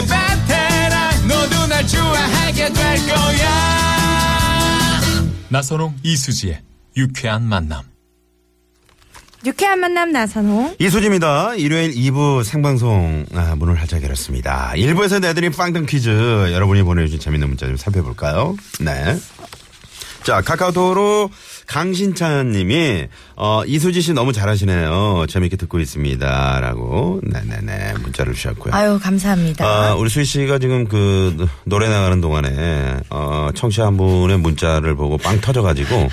베테랑 너도 날 좋아하게 될 거야. 나선홍 이수지의 유쾌한 만남. 유쾌한 만남 나선홍. 이수지입니다. 일요일 2부 생방송 아, 문을 활짝 열었습니다. 1부에서 내드린 빵등 퀴즈 여러분이 보내주신 재밌는 문자 좀 살펴볼까요? 네. 자 카카오톡으로 강신찬 님이 어, 이수지 씨 너무 잘하시네요. 재밌게 듣고 있습니다. 라고 네네네 문자를 주셨고요. 아유 감사합니다. 아, 우리 수희 씨가 지금 그 노래 나가는 동안에 어, 청취자 한 분의 문자를 보고 빵 터져가지고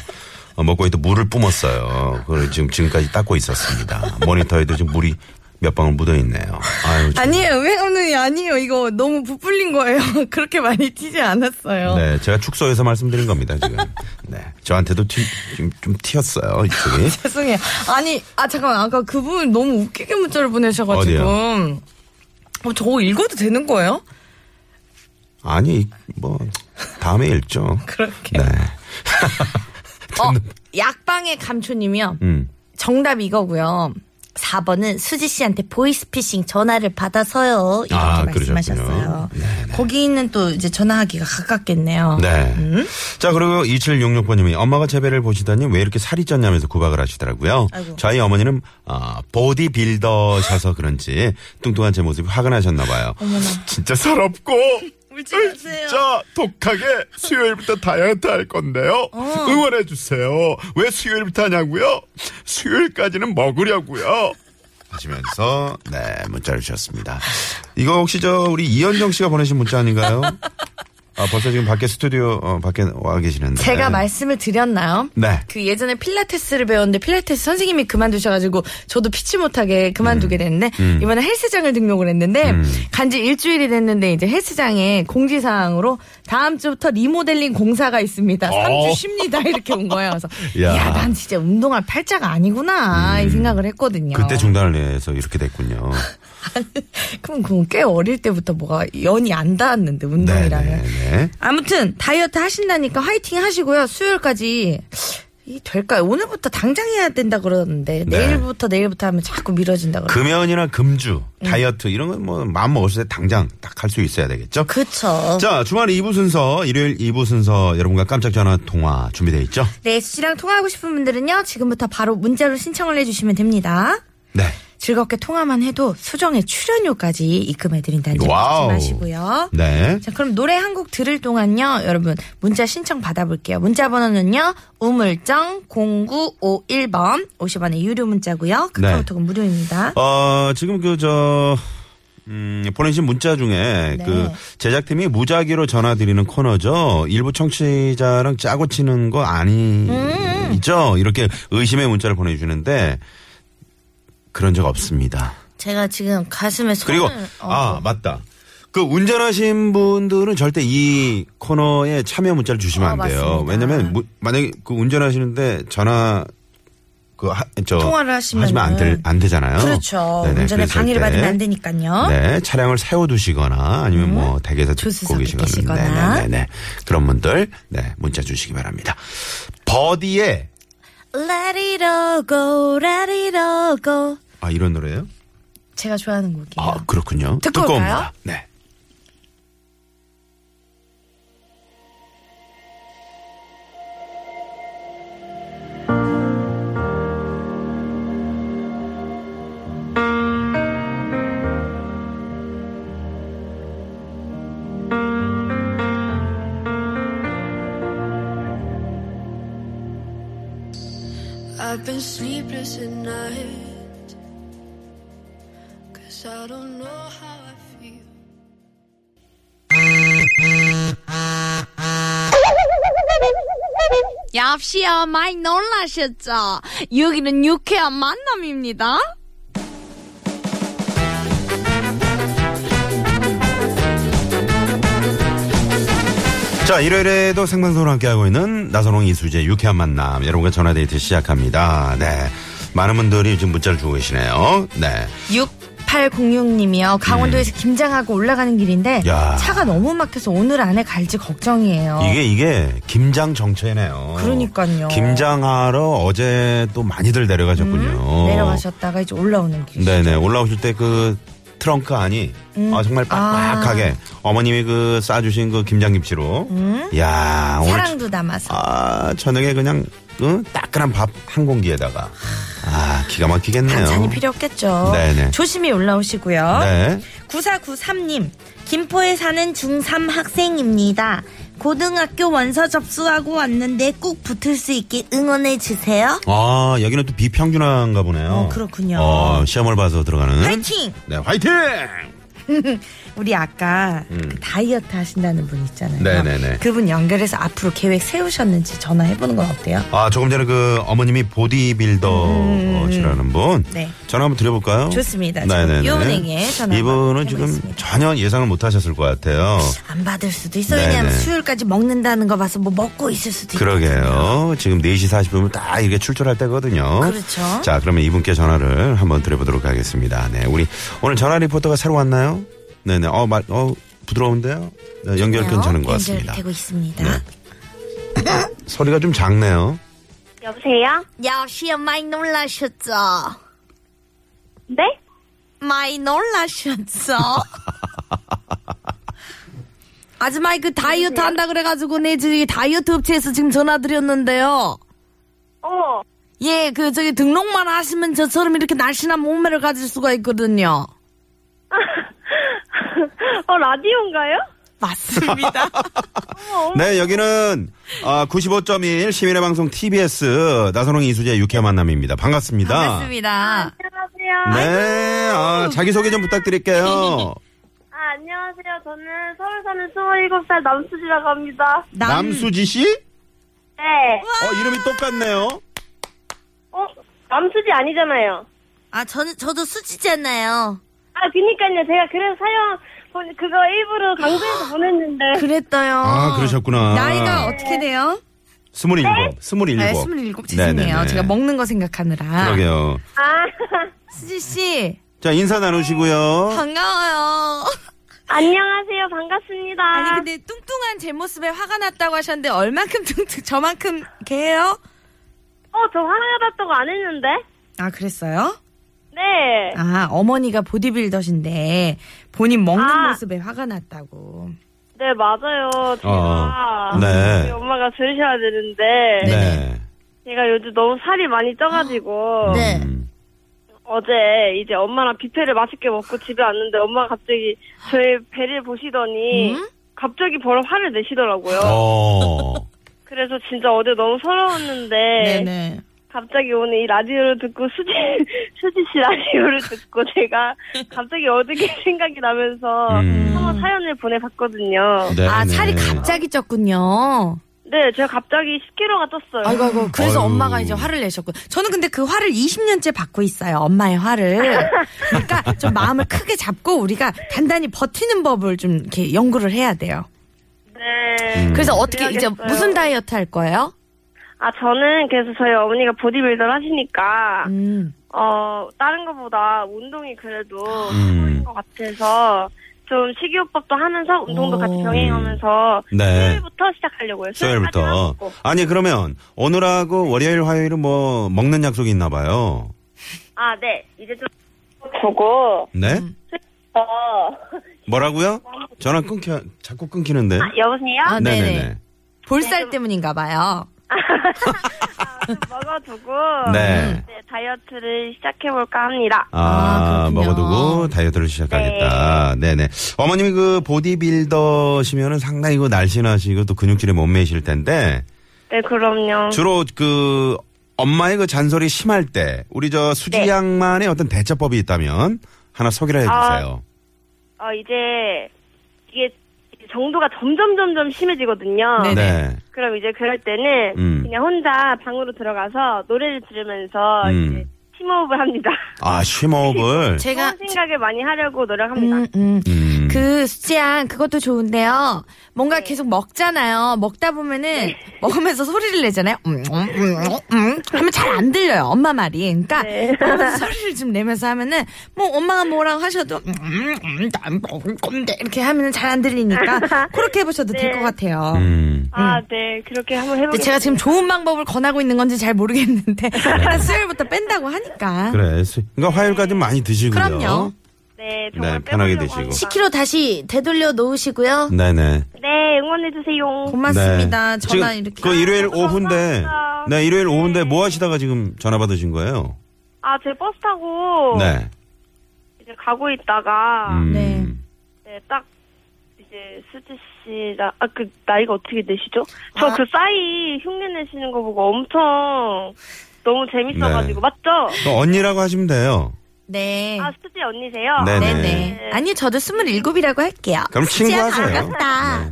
어, 먹고 있던 물을 뿜었어요. 그걸 지금 지금까지 닦고 있었습니다. 모니터에도 지금 물이 몇 방울 묻어 있네요. 아유, 참. 아니에요 왜오는 아니에요 이거 너무 부풀린 거예요. 그렇게 많이 튀지 않았어요. 네, 제가 축소해서 말씀드린 겁니다 지금. 네, 저한테도 튀, 지금 좀 튀었어요 이쪽이. 죄송해요. 아니 아 잠깐만 아까 그분 너무 웃기게 문자를 보내셔가지고 어디요? 어, 저거 읽어도 되는 거예요? 아니 뭐 다음에 읽죠. 그렇게. 네, 어 약방의 감초님이요. 음. 정답 이거고요. 4번은 수지 씨한테 보이스피싱 전화를 받아서요. 이렇게 아, 말씀하셨어요. 그러셨군요. 네, 네. 거기 있는 또 이제 전화하기가 가깝겠네요. 네. 음? 자, 그리고 2766번님이 엄마가 재배를 보시다니 왜 이렇게 살이 쪘냐면서 구박을 하시더라고요. 아이고. 저희 어머니는 어, 보디빌더셔서 그런지 뚱뚱한 제 모습이 화가 나셨나봐요. 진짜 서럽고 울지 마세요. 진짜 독하게 수요일부터 다이어트 할 건데요. 응원해 주세요. 왜 수요일부터 하냐고요? 수요일까지는 먹으려고요. 하시면서 네 문자를 주셨습니다. 이거 혹시 저 우리 이현정 씨가 보내신 문자 아닌가요? 아 벌써 지금 밖에 스튜디오 어, 밖에 와 계시는데 제가 말씀을 드렸나요? 네. 그 예전에 필라테스를 배웠는데 필라테스 선생님이 그만두셔가지고 저도 피치 못하게 음. 그만두게 됐는데 이번에 헬스장을 등록을 했는데 간지 일주일이 됐는데 이제 헬스장에 공지사항으로 다음 주부터 리모델링 공사가 있습니다. 3주 쉽니다 이렇게 온 거예요. 그래서 어. 야. 음. 야 난 진짜 운동할 팔자가 아니구나 이 생각을 했거든요. 그때 중단을 해서 이렇게 됐군요. 그럼 그건 꽤 어릴 때부터 뭐가 연이 안 닿았는데 운동이라면. 네네네. 아무튼 다이어트 하신다니까 화이팅 하시고요. 수요일까지 이 될까요? 오늘부터 당장 해야 된다 그러는데 네. 내일부터 내일부터 하면 자꾸 미뤄진다 그러고. 금연이나 금주, 다이어트 이런 건 뭐 마음 먹었을 때 당장 딱 할 수 있어야 되겠죠. 그쵸. 자, 주말 2부 순서, 일요일 2부 순서 여러분과 깜짝 전화 통화 준비되어 있죠? 네, 수지랑 통화하고 싶은 분들은요. 지금부터 바로 문자로 신청을 해주시면 됩니다. 네. 즐겁게 통화만 해도 수정의 출연료까지 입금해드린다는 점 잊지 와우. 마시고요. 네. 자, 그럼 노래 한 곡 들을 동안요, 여러분, 문자 신청 받아볼게요. 문자 번호는요, 우물정 0951번, 50원의 유료 문자고요 카카오톡은 네. 무료입니다. 어, 지금 그, 저, 음, 보내신 문자 중에 네. 그 제작팀이 무작위로 전화 드리는 코너죠. 일부 청취자랑 짜고 치는 거 아니죠? 이렇게 의심의 문자를 보내주시는데 그런 적 없습니다. 제가 지금 가슴에 손을. 그리고 어, 아 맞다. 그 운전하신 분들은 절대 이 코너에 참여 문자를 주시면 어, 안 돼요. 맞습니다. 왜냐면 무- 만약에 그 운전하시는데 전화 그저 통화를 하시면은. 하시면 안, 될, 안 되잖아요. 그렇죠. 네네, 운전에 그랬을 방해를 때 받으면 안 되니까요. 음, 네, 차량을 세워두시거나 아니면 뭐 댁에서 듣고 조수석에 계시거나 계시거나. 네네네 그런 분들 네 문자 주시기 바랍니다. 버디의 Let it all go, let it all go. 아 이런 노래요? 제가 좋아하는 곡이에요. 아 그렇군요. 네. 듣고 듣고 올까요? 옵니다. 네. I've been sleepless at night. Cause I don't know how I feel. 얍시야 많이 놀라셨죠? 여기는 유쾌한 만남입니다. 자, 일요일에도 생방송으로 함께하고 있는 나선홍 이수재 유쾌한 만남. 여러분과 전화데이트 시작합니다. 네. 많은 분들이 지금 문자를 주고 계시네요. 네. 6806님이요. 강원도에서 김장하고 올라가는 길인데 음. 야. 차가 너무 막혀서 오늘 안에 갈지 걱정이에요. 이게, 이게, 김장 정체네요. 아. 그러니까요. 김장하러 어제 또 많이들 내려가셨군요. 음, 내려가셨다가 이제 올라오는 길. 어. 네네 올라오실 때 그 트렁크 안이 음. 아, 정말 빡빡하게 아. 어머님이 그 싸주신 그 김장김치로 야 아, 음? 오늘 사랑도 저- 담아서. 아 저녁에 그냥 응? 따끈한 밥 한 공기에다가 아 기가 막히겠네요. 반찬이 필요 없겠죠. 네네. 조심히 올라오시고요. 네. 9493님, 김포에 사는 중3 학생입니다. 고등학교 원서 접수하고 왔는데 꼭 붙을 수 있게 응원해 주세요. 아 여기는 또 비평준화인가 보네요. 어, 그렇군요. 어, 시험을 봐서 들어가는. 파이팅! 네 화이팅. 우리 아까 그 다이어트 하신다는 분 있잖아요. 음. 네네네. 그분 연결해서 앞으로 계획 세우셨는지 전화해보는 건 어때요? 아 조금 전에 그 어머님이 보디빌더시라는 분 음. 네. 전화 한번 드려볼까요? 좋습니다. 지금 네네네. 이분에게 전화 한번 이분은 지금 해보겠습니다. 전혀 예상을 못하셨을 것 같아요. 안 받을 수도 있어요. 네네. 왜냐하면 수요일까지 먹는다는 거 봐서 뭐 먹고 있을 수도 있거든요. 그러게요. 지금 4시 40분이면 딱 이렇게 출출할 때거든요. 그렇죠. 자, 그러면 이분께 전화를 한번 드려보도록 하겠습니다. 네, 우리 오늘 전화 리포터가 새로 왔나요? 네네. 어, 말, 어, 부드러운데요? 네, 연결 괜찮은 것 같습니다. 연결되고 있습니다. 네. 소리가 좀 작네요. 여보세요? 아, 역시요 많이 놀라셨죠? 네? 많이 놀라셨죠? 아줌마 그 다이어트 한다 그래가지고 내 저기 다이어트 업체에서 지금 전화 드렸는데요. 어, 예, 그 저기 등록만 하시면 저처럼 이렇게 날씬한 몸매를 가질 수가 있거든요. 어, 라디오인가요? 맞습니다. 네, 여기는 95.1 시민의 방송 TBS 나선홍 이수재 육회 만남입니다. 반갑습니다. 반갑습니다. 안녕하세요. 네, 아, 자기소개 좀 부탁드릴게요. 아, 안녕하세요. 저는 서울 사는 27살 남수지라고 합니다. 남... 수지 씨? 네. 어, 이름이 똑같네요. 어, 남수지 아니잖아요. 아, 저는 저도 수지잖아요. 아, 그니까요. 제가 그래서 사연, 보- 그거 일부러 아. 강조해서 보냈는데. 그랬어요. 아, 그러셨구나. 나이가 어떻게 돼요? 스물일곱, 스물일곱. 네, 27. 죄송해요. 네네네. 제가 먹는 거 생각하느라. 그러게요. 아, 수지씨, 자, 인사 나누시고요. 반가워요. 안녕하세요. 반갑습니다. 아니, 근데 뚱뚱한 제 모습에 화가 났다고 하셨는데, 얼만큼 뚱뚱, 저만큼 개예요? 어, 저 화나다고 안 했는데? 아, 그랬어요? 네. 아, 어머니가 보디빌더신데, 본인 먹는 아. 모습에 화가 났다고. 네, 맞아요. 제가. 어, 네. 저희 엄마가 들으셔야 되는데. 네. 제가 요즘 너무 살이 많이 쪄가지고. 네. 음. 어제 이제 엄마랑 뷔페를 맛있게 먹고 집에 왔는데 엄마가 갑자기 저의 배를 보시더니 음? 갑자기 바로 화를 내시더라고요. 어. 그래서 진짜 어제 너무 서러웠는데 네네. 갑자기 오늘 이 라디오를 듣고 수지 수지 씨 라디오를 듣고 제가 갑자기 어저께 생각이 나면서 음. 한번 사연을 보내봤거든요. 네, 아, 네. 살이 갑자기 쪘군요. 네, 제가 갑자기 10kg가 쪘어요. 아이고, 아이고. 그래서 아유. 엄마가 이제 화를 내셨고. 저는 근데 그 화를 20년째 받고 있어요. 엄마의 화를. 그러니까 좀 마음을 크게 잡고 우리가 단단히 버티는 법을 좀 이렇게 연구를 해야 돼요. 네. 그래서 어떻게 이제 그래야겠어요. 무슨 다이어트 할 거예요? 아 저는 그래서 저희 어머니가 보디빌더를 하시니까 음. 어, 다른 것보다 운동이 그래도 음. 최고인 것 같아서 좀 식이요법도 하면서 운동도 오. 같이 병행하면서 네. 수요일부터 시작하려고요. 네, 수요일까지는 안 수요일부터. 먹고. 아니, 그러면 오늘하고 월요일, 화요일은 뭐 먹는 약속이 있나 봐요. 아, 네. 이제 좀 보고 네? 음. 어, 뭐라고요? 전화 끊겨, 자꾸 끊기는데. 아, 여보세요? 아, 네네. 네네네. 볼살 때문인가 봐요. 좀 먹어두고 네. 네, 다이어트를 시작해볼까 합니다. 아, 아, 그렇군요. 먹어두고 다이어트를 시작하겠다. 네. 네 어머님이 그 보디빌더시면은 상당히 그 날씬하시고 또 근육질의 몸매이실 텐데 네, 그럼요. 주로 그 엄마의 그 잔소리 심할 때 우리 저 수지 네. 양만의 어떤 대처법이 있다면 하나 소개를 아, 해주세요. 어, 이제 이게 정도가 점점 점점 심해지거든요. 네. 네. 그럼 이제 그럴 때는 음. 그냥 혼자 방으로 들어가서 노래를 들으면서 음. 이제 심호흡을 합니다. 아, 심호흡을. 제가 어, 네. 좋은 생각을 많이 하려고 노력합니다. 음, 음. 음. 그 수지양 그것도 좋은데요. 뭔가 계속 먹잖아요. 먹다 보면은 먹으면서 소리를 내잖아요. 음, 음, 음, 음 하면 잘 안 들려요. 엄마 말이. 그러니까 먹으면서 소리를 좀 내면서 하면은 뭐 엄마가 뭐라고 하셔도 음, 음, 음, 난 먹을 건데 이렇게 하면은 잘 안 들리니까 그렇게 해보셔도 될 것 같아요. 음. 아, 네. 그렇게 한번 해보겠습니다. 근데 제가 지금 좋은 방법을 권하고 있는 건지 잘 모르겠는데 일단 수요일부터 뺀다고 하니까 그래. 수- 그러니까 화요일까지 많이 드시고요. 그럼요. 네, 네, 정말 편하게 빼보려고 드시고. 합니다. 10kg 다시 되돌려 놓으시고요. 네네. 네, 응원해주세요. 고맙습니다. 네. 전화 지금 이렇게. 그 일요일 오후인데, 감사합니다. 네, 일요일 네. 오후인데 뭐 하시다가 지금 전화 받으신 거예요? 아, 제 버스 타고 네. 이제 가고 있다가 음. 네. 네, 딱 이제 수지 씨, 나, 아, 그 나이가 어떻게 되시죠? 저 그 싸이 흉내 내시는 거 보고 엄청 너무 재밌어가지고 네. 맞죠? 또 언니라고 하시면 돼요. 네. 아, 수지 언니세요? 네네. 네네. 아니요, 저도 27이라고 할게요. 그럼 친구 진짜 하세요. 반갑다. 네.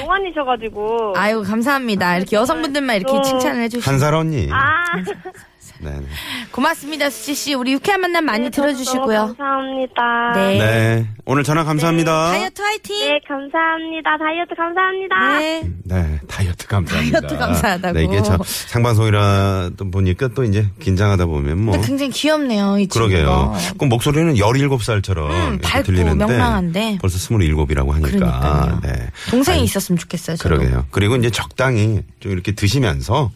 동안이셔가지고 아유, 감사합니다. 이렇게 여성분들만 이렇게 또- 칭찬을 해주시고. 한살 언니. 아, 네네. 고맙습니다, 수지씨. 우리 유쾌한 만남 많이 들어주시고요. 네, 너무 감사합니다. 네. 네. 오늘 전화 감사합니다. 다이어트 화이팅! 네, 아. 감사합니다. 다이어트 감사합니다. 네. 네, 다이어트 감사합니다. 다이어트 감사하다고. 네, 이게 참 상방송이라 보니까 또 이제 긴장하다 보면 뭐. 근데 굉장히 귀엽네요, 이 친구가. 그러게요. 꼭 목소리는 17살처럼 음, 밝고 들리는데 명랑한데. 벌써 27이라고 하니까. 그러니까요. 네. 동생이 아니, 있었으면 좋겠어요, 저도. 그러게요. 그리고 이제 적당히 좀 이렇게 드시면서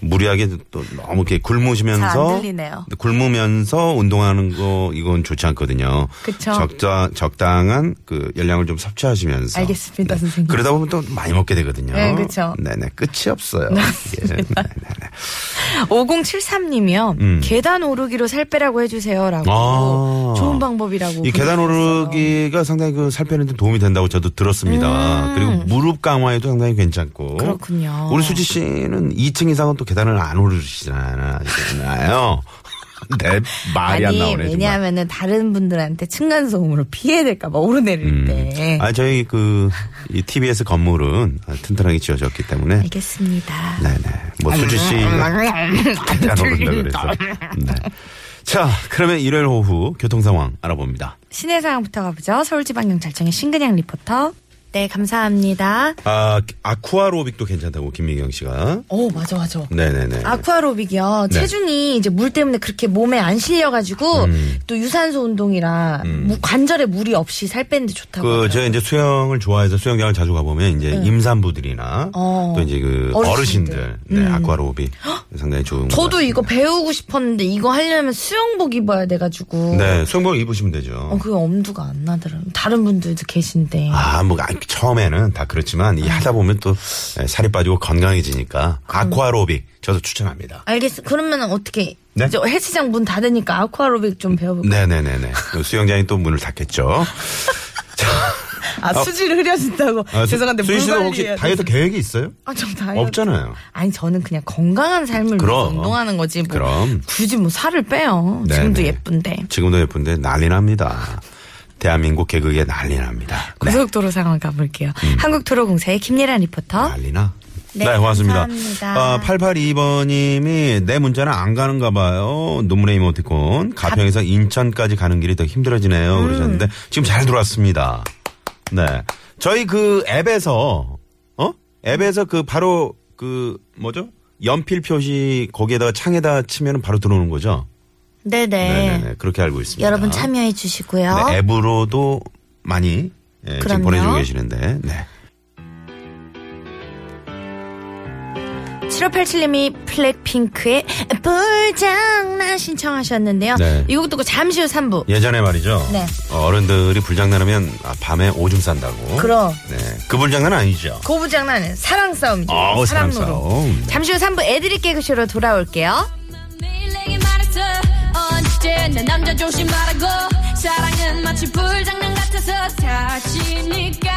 무리하게 또 너무 이렇게 잘안 굶으시면서 들리네요. 굶으면서 운동하는 거 이건 좋지 않거든요. 그쵸. 적자 적당한 그 열량을 좀 섭취하시면서 네. 알겠습니다, 선생님. 그러다 보면 또 많이 먹게 되거든요. 네, 그쵸. 네네 끝이 없어요. 예, 네네네. 5073님이요. 음. 계단 오르기로 살 빼라고 해주세요라고. 아. 좋은 방법이라고. 이 계단 오르기가 상당히 그 살 빼는 데 도움이 된다고 저도 들었습니다. 그리고 무릎 강화에도 상당히 괜찮고. 음. 그렇군요. 우리 수지 씨는 2층 이상은 또 계단을 안 오르시잖아요. 내 말이 안 아니 나오네. 정말. 왜냐하면은 다른 분들한테 층간소음으로 피해될까봐 오르내릴 때. 아 저희 그이 TBS 건물은 아, 튼튼하게 지어졌기 때문에 알겠습니다. 네네 뭐 수지 씨가 안 오른다 그래서 네. 자 그러면 일요일 오후 교통 상황 알아봅니다. 시내 상황부터 가보죠. 서울지방경찰청의 신근양 리포터. 네 감사합니다. 아 아쿠아로빅도 괜찮다고 김미경 씨가 오 어, 맞아 맞아. 네네네 아쿠아로빅이요. 네. 체중이 이제 물 때문에 그렇게 몸에 안 실려가지고 음. 또 유산소 운동이라 무- 관절에 무리 없이 살 빼는데 좋다고. 그, 하더라고요. 네. 제가 이제 수영을 좋아해서 수영장을 자주 가보면 이제 임산부들이나 어. 또 이제 그 어르신들. 음. 어르신들, 네, 아쿠아로비 상당히 좋은. 것 저도 이거 같습니다. 배우고 싶었는데 이거 하려면 수영복 입어야 돼가지고. 네, 수영복 입으시면 되죠. 어, 그 엄두가 안 나더라고요. 다른 분들도 계신데. 아, 뭐, 아, 처음에는 다 그렇지만 아. 이 하다 보면 또 예, 살이 빠지고 건강해지니까 아쿠아로빅 저도 추천합니다. 알겠어. 그러면 어떻게? 네? 저 헬스장 문 닫으니까 아쿠아로빅 좀 배워볼까? 요 네네네네. 그 수영장이 또 문을 닫겠죠. 자, 아 수질 흐려진다고. 네. 어. 아, 수- 죄송한데 수희 물 씨는 혹시 관리해야 다이어트 계획이 있어요? 아좀 다이어트. 없잖아요. 아니 저는 그냥 건강한 삶을 위해서 그럼. 운동하는 거지. 뭐 그럼. 굳이 뭐 살을 빼요. 네, 지금도 네. 예쁜데. 지금도 예쁜데 난리 납니다. 대한민국 개그에 난리 납니다. 네. 고속도로 상황 가볼게요. 음. 한국도로공사의 김예란 리포터. 난리나? 네, 고맙습니다. 감사합니다. 아, 882번님이 내 문자는 안 가는가 봐요. 눈물의 이모티콘. 가평에서 인천까지 가는 길이 더 힘들어지네요. 음. 그러셨는데 지금 잘 들어왔습니다. 네. 저희 그 앱에서, 어? 앱에서 그 바로 그 뭐죠? 연필 표시 거기에다가 창에다 치면 바로 들어오는 거죠? 네네. 네네네. 그렇게 알고 있습니다. 여러분 참여해 주시고요. 네, 앱으로도 많이 예, 지금 그럼요. 보내주고 계시는데. 네. 7587님이 블랙핑크의 불장난 신청하셨는데요. 네. 이 곡 듣고 잠시 후 3부. 예전에 말이죠. 네. 어, 어른들이 불장난하면 아, 밤에 오줌 싼다고. 그럼. 네. 그 불장난 아니죠. 고부장난은 사랑 싸움이죠. 아우, 사랑 사랑 노릇. 싸움. 잠시 후 3부 애드립 개그쇼로 돌아올게요. 매일 내게 말했어 언제나 남자 조심하라고 사랑은 마치 불장난 같아서 다치니까